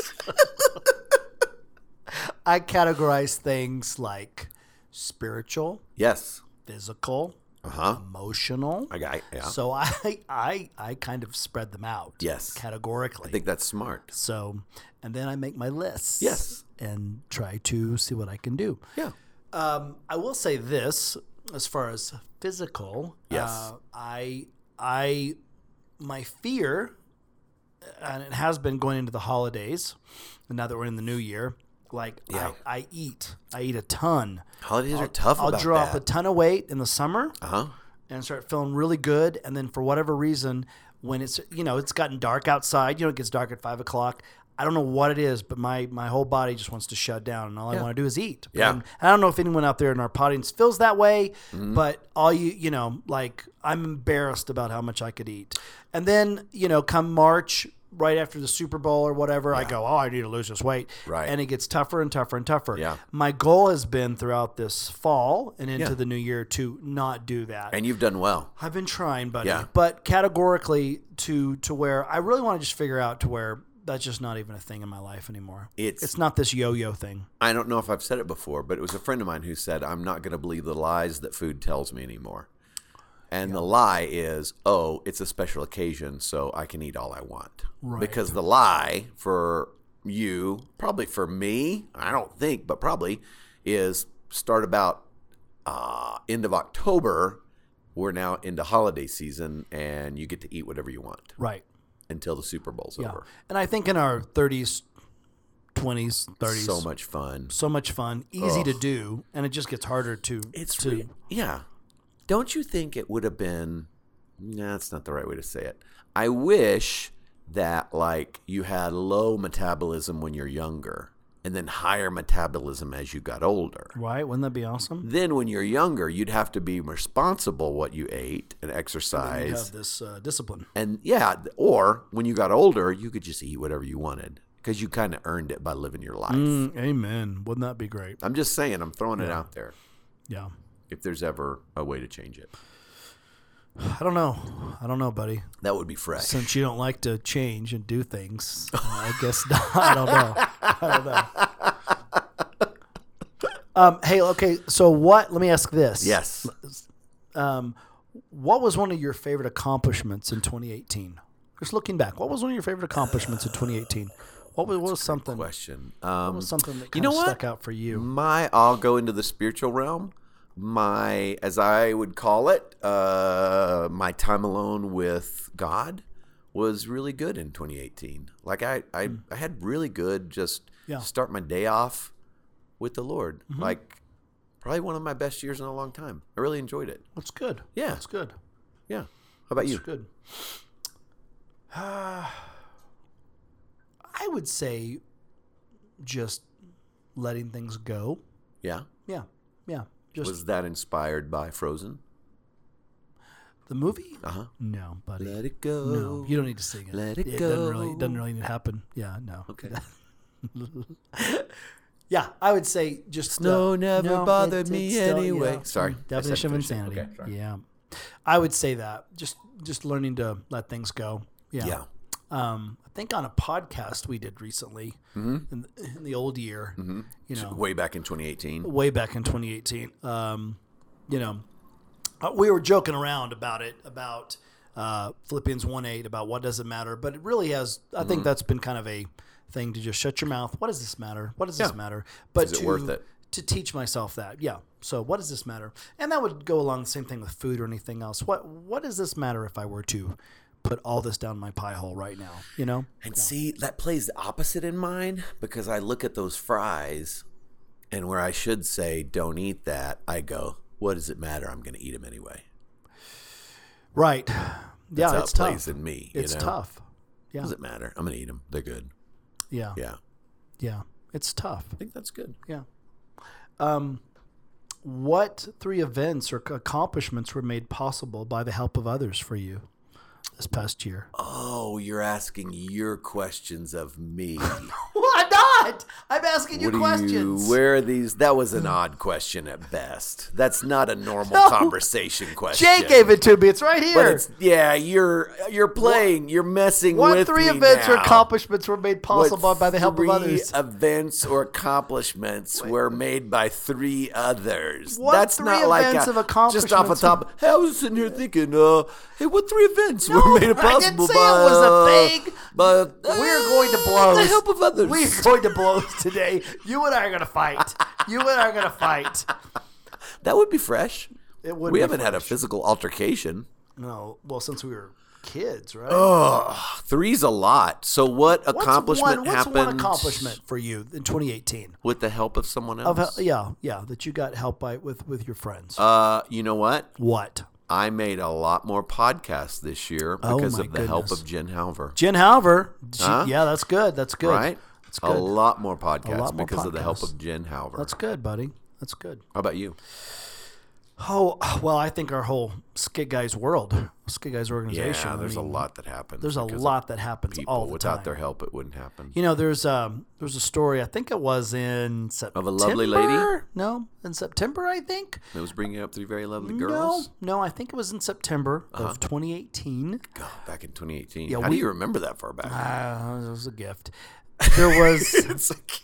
I categorize things like spiritual,
Yes.
physical,
Uh huh.
emotional.
I got. Yeah.
So I, I, I kind of spread them out.
Yes.
Categorically.
I think that's smart.
so, and then I make my lists.
Yes.
And try to see what I can do.
Yeah.
Um, I will say this as far as physical.
Yes.
uh, I I my fear, uh, and it has been going into the holidays, and now that we're in the new year, like
Yeah.
I, I eat, I eat a ton.
Holidays are tough.
I'll
about
drop a
that.
ton of weight in the summer
Uh huh.
and start feeling really good, and then for whatever reason, when it's you know it's gotten dark outside, you know it gets dark at five o'clock. I don't know what it is, but my my whole body just wants to shut down, and all I want to do is eat.
Yeah.
And I don't know if anyone out there in our audience feels that way,
Mm-hmm.
but all you you know, like I'm embarrassed about how much I could eat. And then, you know, come March, right after the Super Bowl or whatever, I go, Oh, I need to lose this weight.
Right.
And it gets tougher and tougher and tougher.
Yeah.
My goal has been throughout this fall and into
Yeah.
the new year to not do that.
And you've done well.
I've been trying, buddy.
Yeah.
But categorically to to where I really want to just figure out to where that's just not even a thing in my life anymore.
It's-
it's not this yo-yo thing.
I don't know if I've said it before, but it was a friend of mine who said, I'm not going to believe the lies that food tells me anymore. And the lie is, oh, it's a special occasion, so I can eat all I want.
Right.
Because the lie for you, probably for me, I don't think, but probably, is start about uh, end of October. We're now into holiday season, and you get to eat whatever you want
Right.
until the Super Bowl's
Yeah.
over.
And I think in our 30s, 20s, 30s,
So much fun.
so much fun, easy to do, and it just gets harder to
It's
to
re- yeah. Don't you think it would have been? Nah, that's not the right way to say it. I wish that like you had low metabolism when you're younger, and then higher metabolism as you got older.
right. Wouldn't that be awesome?
Then when you're younger, you'd have to be responsible what you ate and
You
exercise,
have this uh, discipline.
and yeah, or when you got older, you could just eat whatever you wanted because you kind of earned it by living your life.
Mm, amen. Wouldn't that be great?
I'm just saying, I'm throwing it out there.
Yeah.
If there's ever a way to change it,
I don't know. I don't know, buddy.
that would be fresh.
Since you don't like to change and do things, I guess not. I don't know. I don't know. Um, hey, okay. So what? Let me ask this.
yes.
Um, what was one of your favorite accomplishments in 2018? Just looking back, what was one of your favorite accomplishments in 2018? What was, what was something? What
question. Um,
was something that
you
kind
know
of
what?
stuck out for you?
my I'll go into the spiritual realm. My, as I would call it, uh, my time alone with God was really good in 2018. Like I, I, I had really good just
Hmm. Yeah. Mm-hmm.
start my day off with the Lord. Like probably one of my best years in a long time. I really enjoyed it.
That's good.
Yeah.
that's good.
Yeah. How about you?
That's good. I would say just letting things go.
Yeah.
Yeah, yeah. Just
Was that inspired by Frozen?
the movie.
Uh huh.
No, buddy.
Let it go.
No, you don't need to sing it.
Let it
Doesn't really,
go.
it doesn't really need to happen. Yeah, no.
Okay.
Yeah, I would say just
Snow
uh,
never bothered me
it's still,
anyway. Sorry, I said
definition of
finish it.
insanity.
Okay, sorry.
yeah, I would say that just just learning to let things go. Yeah.
Yeah.
Um, I think on a podcast we did recently
Mm-hmm.
in, in the old year, you know,
Way back in 2018.
way back in 2018. Um, you know, uh, we were joking around about it, about uh, Philippians 1 8, about what does it matter. But it really has, I
Mm-hmm.
think that's been kind of a thing to just shut your mouth. What does this matter? What does this
Yeah.
matter? But
Is it
to,
worth it?
to teach myself that, yeah. So what does this matter? And that would go along the same thing with food or anything else. What What does this matter if I were to put all this down my pie hole right now? You know?
And see, that plays the opposite in mine because I look at those fries and where I should say, don't eat that, I go, what does it matter? I'm going to eat them anyway.
Right.
That's
yeah,
how
Oh, it's
it plays
tough.
in me. You
It's
know?
tough.
What does it matter? I'm going to eat them. They're good.
Yeah.
Yeah.
Yeah. It's tough.
I think that's good.
Yeah. Um, what three events or c- accomplishments were made possible by the help of others for you this past year?
Oh, you're asking your questions of me.
Why not? I'm asking
What do You, where are these? That was
Mm.
an odd question at best. That's not a normal conversation question.
Jay gave it to me. It's right
But
here.
it's, yeah, you're you're playing. You're messing
What
with
three
me
events or
now.
accomplishments were made
What
possible by the help of
three
others?
Events or accomplishments were made by three others.
What
That's
three
not like
events
a,
of
just off the
accomplishments
top. Hey, I was sitting here thinking, uh, hey, what three events were made
I didn't
possible
say it
by?
was a thing. Uh,
But
We're going to blows.
The help of others.
We're going to blows today. You and I are going to fight. You and I are going to fight.
that would be fresh.
It would
we
be
haven't had a physical altercation.
No, well, since we were kids, right?
Oh, three's a lot. So what
What's
accomplishment
one, what's
happened?
one accomplishment for you in 2018?
with the help of someone
Of
else.
hel- yeah, yeah, that you got help by with with your friends.
uh, you know what?
what?
I made a lot more podcasts this year
Oh,
because
my
of the help
goodness.
of Jen Halver.
Jen Halver. She-
Huh?
Yeah, that's good. That's good.
Right?
That's
A
good.
lot more podcasts
lot more
because of the help
podcasts.
of Jen Halver.
that's good, buddy. That's good.
How about you?
Oh well, I think our whole Skid Guys world, Skid Guys organization.
Yeah,
I
there's a
mean,
lot that happens.
There's a
because of
lot that happens
people.
all the
Without
time.
their help, it wouldn't happen.
You know, there's um, there's a story. I think it was in September.
a lovely lady?
No, in September, I think.
That was bringing up three very lovely girls.
No, no, I think it was in September of 2018.
God, back in 2018.
Yeah,
How
we-
do you remember that far back?
Uh, it was a gift. There was,
it's like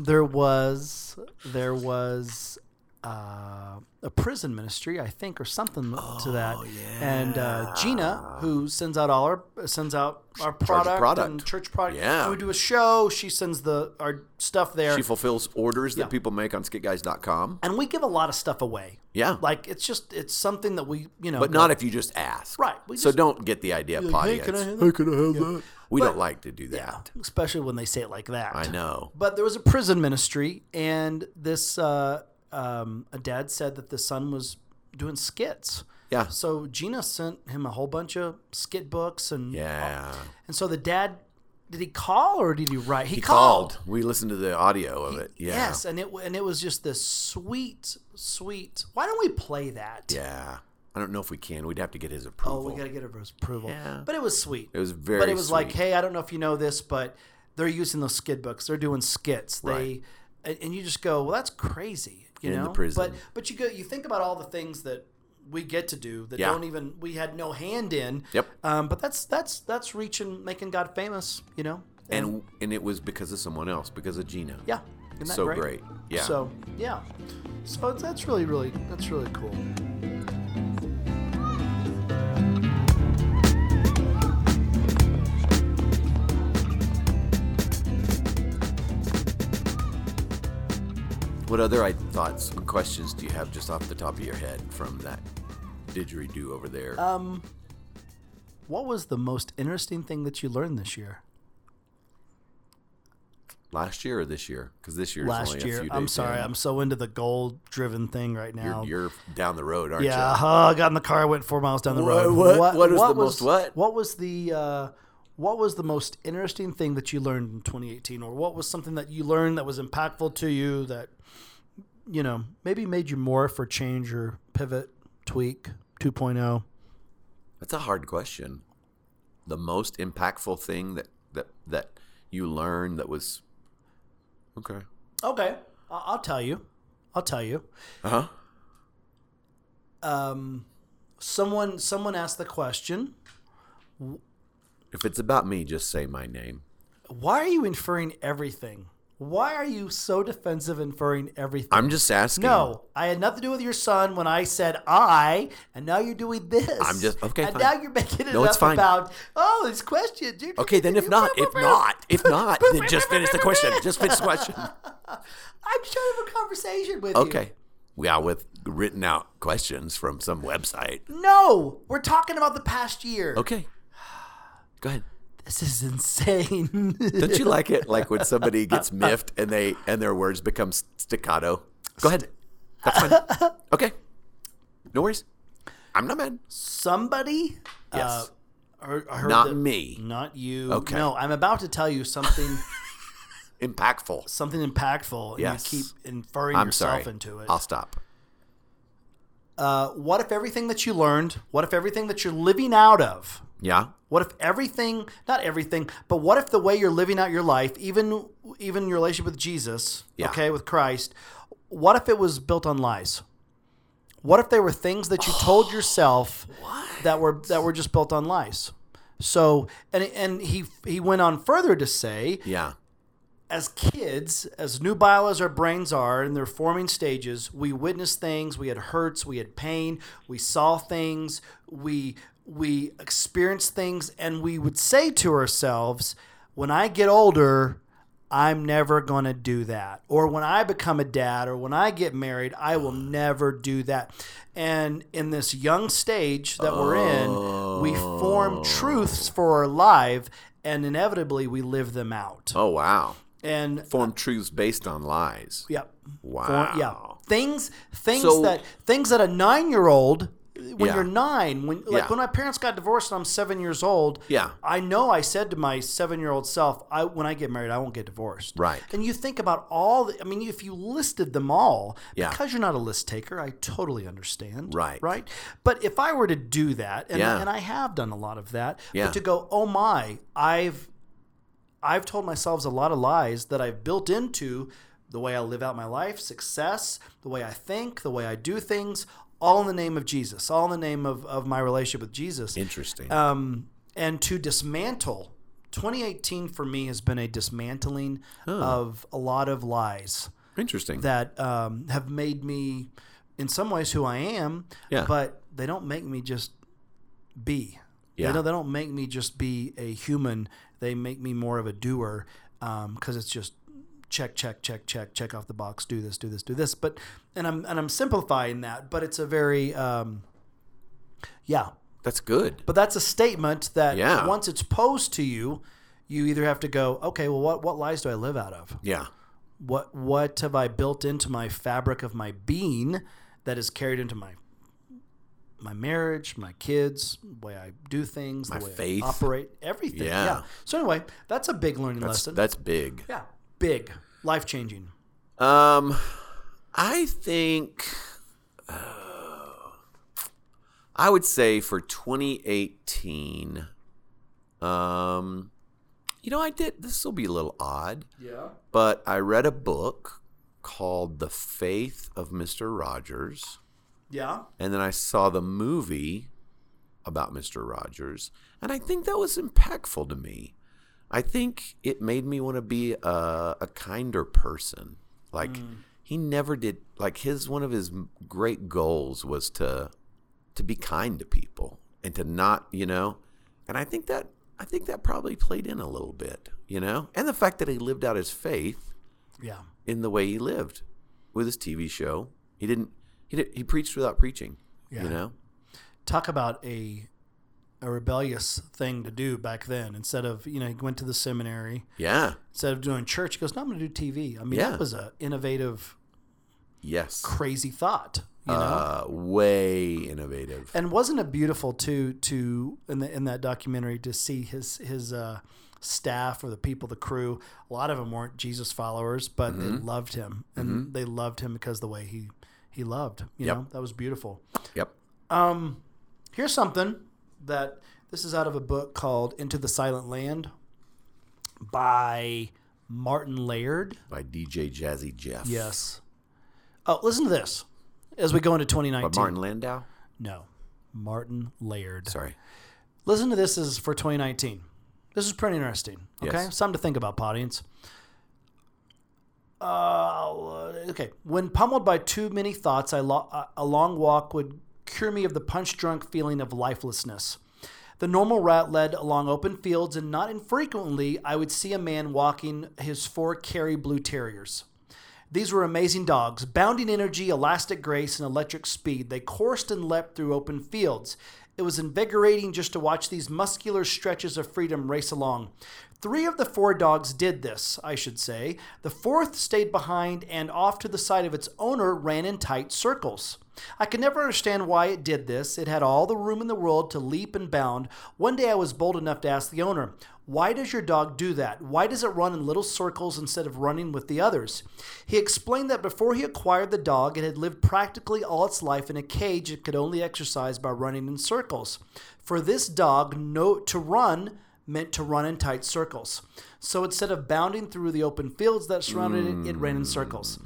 there was, there was uh, a prison ministry, I think, or something to that.
Oh,
And uh, Gina, who sends out all our sends out our product,
product.
and church product.
Yeah.
We do a show. She sends the our stuff there.
she fulfills orders that people make on skitguys.com.
and we give a lot of stuff away.
Yeah.
Like it's just it's something that we you know
but not if you just ask.
Right, we
so
just-
don't get the idea,
like, hey,
audience.
can I have that?
we don't like to do that.
Especially when they say it like that.
I know.
But there was a prison ministry, and this uh, um, a dad said that the son was doing skits.
Yeah.
So Gina sent him a whole bunch of skit books, and
Yeah.
and so the dad did he call or did he write? He,
He called. We listened to the audio of it. Yeah.
Yes, and it and it was just this sweet, sweet. Why don't we play that?
Yeah. I don't know if we can. We'd have to get his
Oh,
approval.
we got to get his approval.
Yeah.
But it was sweet.
It was very
But it was like,
sweet.
hey, I don't know if you know this, but they're using those skid books. They're doing skits. They
Right.
and, and you just go, well, that's crazy. You
In the
know,
prison.
but but you go, you think about all the things that we get to do that
Yeah.
don't even we had no hand in.
Yep.
Um, but that's that's that's reaching, making God famous. You know.
and and it was because of someone else, because of Gina.
yeah, isn't that
So
great?
great. Yeah.
So yeah. So that's really really that's really cool.
What other i- thoughts and questions do you have just off the top of your head from that didgeridoo over there?
Uh, What was the most interesting thing that you learned this year?
last year or this year? Because this year is
last
only a
year.
few days.
I'm sorry,
in.
I'm so into the goal driven thing right now.
You're, you're down the road, aren't
yeah,
you?
huh, I got in the car, I went four miles down the
What-
road.
what- what was the most what?
What was the uh, what was the most interesting thing that you learned in 2018, or what was something that you learned that was impactful to you that you know maybe made you more for change or pivot, tweak oh? 2.0?
That's a hard question. The most impactful thing that that that you learned that was okay.
Okay, I- I'll tell you. I'll tell you.
Uh huh.
Um, someone someone asked the question.
If it's about me, just say my name.
Why are you inferring everything? Why are you so defensive inferring everything?
I'm just asking.
no, I had nothing to do with your son when I said I, and now you're doing this.
I'm just- okay,
And
fine.
now you're making it
No, it's
up
fine.
about oh, these questions.
Okay, then if not, if not, if not, then just finish the question. Just finish the question.
I'm trying to have a conversation with you.
Okay. Yeah, with written out questions from some website.
No, we're talking about the past year.
Okay. Go ahead.
This is insane.
Don't you like it? Like when somebody gets miffed and they and their words become s- staccato. Go ahead. That's fine. Okay. No worries. I'm not mad.
Somebody.
Yes.
Uh, heard- I heard
Not
that-
me.
Not you.
Okay.
No, I'm about to tell you something.
Impactful.
something impactful and
Yes.
you keep inferring
I'm
yourself
sorry.
into it.
I'll stop.
Uh, what if everything that you learned, what if everything that you're living out of,
Yeah.
what if everything, not everything, but what if the way you're living out your life, even even your relationship with Jesus,
Yeah.
okay, with Christ, what if it was built on lies? What if there were things that you told yourself that were that were just built on lies? So and and he he went on further to say
Yeah.
as kids, as nubile as our brains are in their forming stages, we witnessed things, we had hurts, we had pain, we saw things, we we experienced things, and we would say to ourselves, when I get older, I'm never going to do that. Or when I become a dad or when I get married, I will never do that. And in this young stage that we're in, we form truths for our life and inevitably we live them out.
Oh wow.
And
Form truths based on lies.
Yep.
Wow.
Or- yeah. Things things
So-
that things that a nine year old when
Yeah.
you're nine, when like
Yeah.
when my parents got divorced and I'm seven years old,
Yeah.
I know I said to my seven year old self, I when I get married, I won't get divorced.
Right.
And you think about all the I mean, if you listed them all,
Yeah.
because you're not a list taker, I totally understand.
Right.
Right. But if I were to do that, and,
Yeah.
and I have done a lot of that,
Yeah.
but to go, oh my, I've I've told myself a lot of lies that I've built into the way I live out my life, success, the way I think, the way I do things, all in the name of Jesus, all in the name of, of my relationship with Jesus.
Interesting.
Um, and to dismantle, 2018 for me has been a dismantling of a lot of lies
Interesting.
that um, have made me, in some ways, who I am,
Yeah.
but they don't make me just be.
Yeah.
They, don't, they don't make me just be a human. They make me more of a doer because it's just check, check, check, check, check off the box, do this, do this, do this. But and I'm and I'm simplifying that, but it's a very um, yeah.
That's good.
But that's a statement that
Yeah.
once it's posed to you, you either have to go, okay, well, what what lies do I live out of?
Yeah.
what what have I built into my fabric of my being that is carried into my my marriage, my kids, the way I do things,
My
the way
faith.
I operate, everything.
Yeah.
Yeah. So anyway, that's a big learning
That's,
lesson.
that's big.
yeah, big, life changing.
Um, I think uh, I would say for 2018, um, you know, I did. This will be a little odd,
Yeah.
but I read a book called "The Faith of Mister Rogers."
Yeah.
and then I saw the movie about Mr. Rogers, and I think that was impactful to me. I think it made me want to be a, a kinder person. Like he never did. Like his one of his m- great goals was to to be kind to people and to not, you know. And I think that I think that probably played in a little bit, you know. And the fact that he lived out his faith
Yeah.
in the way he lived with his TV show. He didn't. He did, he preached without preaching.
Yeah.
You know.
Talk about a a rebellious thing to do back then. Instead of you know he went to the seminary.
Yeah.
Instead of doing church, he goes, "No, I'm going to do TV." I mean,
Yeah.
that was a innovative,
Yes.
crazy thought. You know.
Uh, way innovative.
And wasn't it beautiful to to in the in that documentary to see his his uh, staff or the people, the crew? A lot of them weren't Jesus followers, but they
Mm-hmm.
loved him, and they loved him because the way he he loved. You
Yep.
know, that was beautiful.
Yep.
Um, here's something that this is out of a book called Into the Silent Land by Martin Laird.
By DJ Jazzy Jeff.
Yes. Oh, listen to this as we go into
By
2019.
Martin Landau.
No, Martin Laird.
Sorry.
Listen to this is for 2019. This is pretty interesting. Okay,
Yes.
something to think about, audience. Uh, okay. When pummeled by too many thoughts, I lo- a- a long walk would cure me of the punch-drunk feeling of lifelessness. The normal route led along open fields, and not infrequently, I would see a man walking his four Kerry Blue Terriers. These were amazing dogs, bounding energy, elastic grace, and electric speed. They coursed and leapt through open fields. It was invigorating just to watch these muscular stretches of freedom race along. Three of the four dogs did this, I should say. The fourth stayed behind and off to the side of its owner ran in tight circles. I could never understand why it did this. It had all the room in the world to leap and bound. One day I was bold enough to ask the owner, Why does your dog do that? Why does it run in little circles instead of running with the others? He explained that before he acquired the dog, it had lived practically all its life in a cage it could only exercise by running in circles. For this dog, no, to run meant to run in tight circles. So instead of bounding through the open fields that surrounded it, it ran in circles.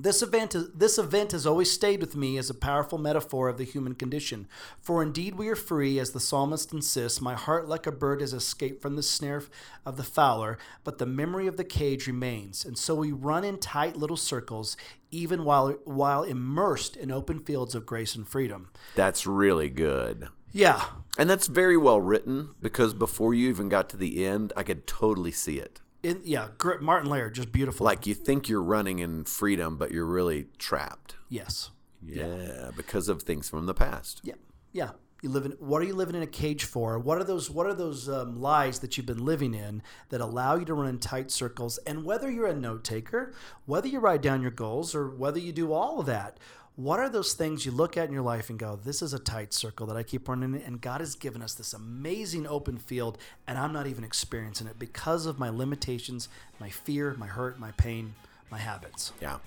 This event, is, this event has always stayed with me as a powerful metaphor of the human condition. For indeed we are free, as the psalmist insists. My heart, like a bird, has escaped from the snare of the fowler, but the memory of the cage remains. And so we run in tight little circles, even while while immersed in open fields of grace and freedom.
That's really good.
Yeah,
And that's very well written because before you even got to the end, I could totally see it.
in, yeah. Gr- Martin Laird, just beautiful.
Like you think you're running in freedom, but you're really trapped.
yes,
Yeah, because of things from the past.
Yeah, yeah. You live in. What are you living in a cage for? What are those? What are those um, lies that you've been living in that allow you to run in tight circles? And whether you're a note taker, whether you write down your goals, or whether you do all of that, What are those things you look at in your life and go, this is a tight circle that I keep running in, and God has given us this amazing open field, and I'm not even experiencing it because of my limitations, my fear, my hurt, my pain, my habits.
Yeah.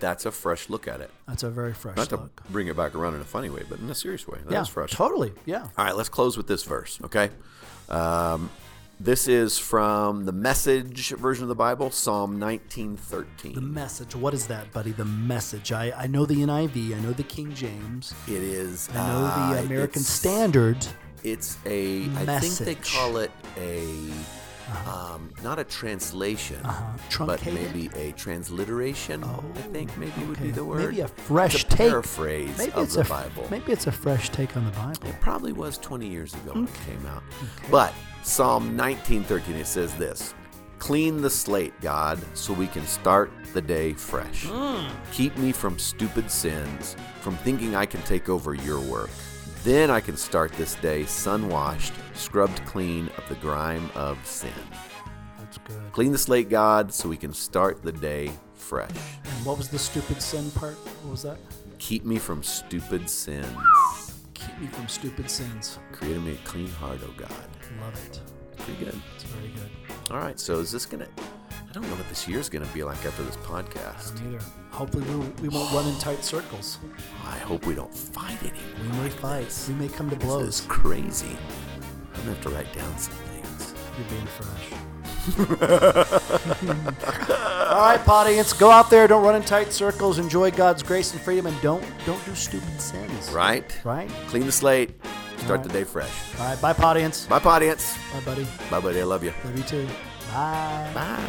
That's a fresh look at it.
That's a very fresh
Not to
look.
bring it back around in a funny way, but in a serious way. That
yeah,
was fresh.
totally. Yeah.
All right, let's close with this verse, okay? Um, this is from the message version of the Bible, Psalm
The
1913.
message. What is that, buddy? The message. I, I know the NIV. I know the King James.
It is.
I know
uh,
the American
it's-
Standard.
It's a. I think
Message. Uh-huh.
they call it a. Um, not a translation, but
Truncated? Oh,
maybe a transliteration. I think maybe would be the word.
Maybe a fresh
It's a
take.
paraphrase
Maybe
of
it's
the
a,
Bible.
Maybe it's a fresh take on the Bible.
It probably was 20 years ago when it came out. But Psalm 19:13 it says this: "Clean the slate, God, so we can start the day fresh. Keep me from stupid sins, from thinking I can take over your work. Then I can start this day sun-washed, scrubbed clean of the grime of sin.
That's good.
Clean the slate, God, so we can start the day fresh.
And what was the stupid sin part? What was that?
Keep me from stupid sins.
Keep me from stupid sins.
Create in me a clean heart, O God."
Love it.
Pretty good.
It's very good.
All right, so is this gonna? I don't know what this year's gonna be like after this podcast.
Neither. Hopefully, we, we won't run in tight circles.
I hope we don't fight anymore.
We may fight. We may come to
This
blows.
is crazy. I'm gonna have to write down some things.
You're being fresh. All right, audience, go out there. Don't run in tight circles. Enjoy God's grace and freedom, and don't don't do stupid sins.
Right?
Right.
Clean the slate. Start
All
the day fresh.
All right. Bye, audience.
Bye, audience.
Bye, buddy.
Bye, buddy. I love you.
Love you too. Bye.
Bye.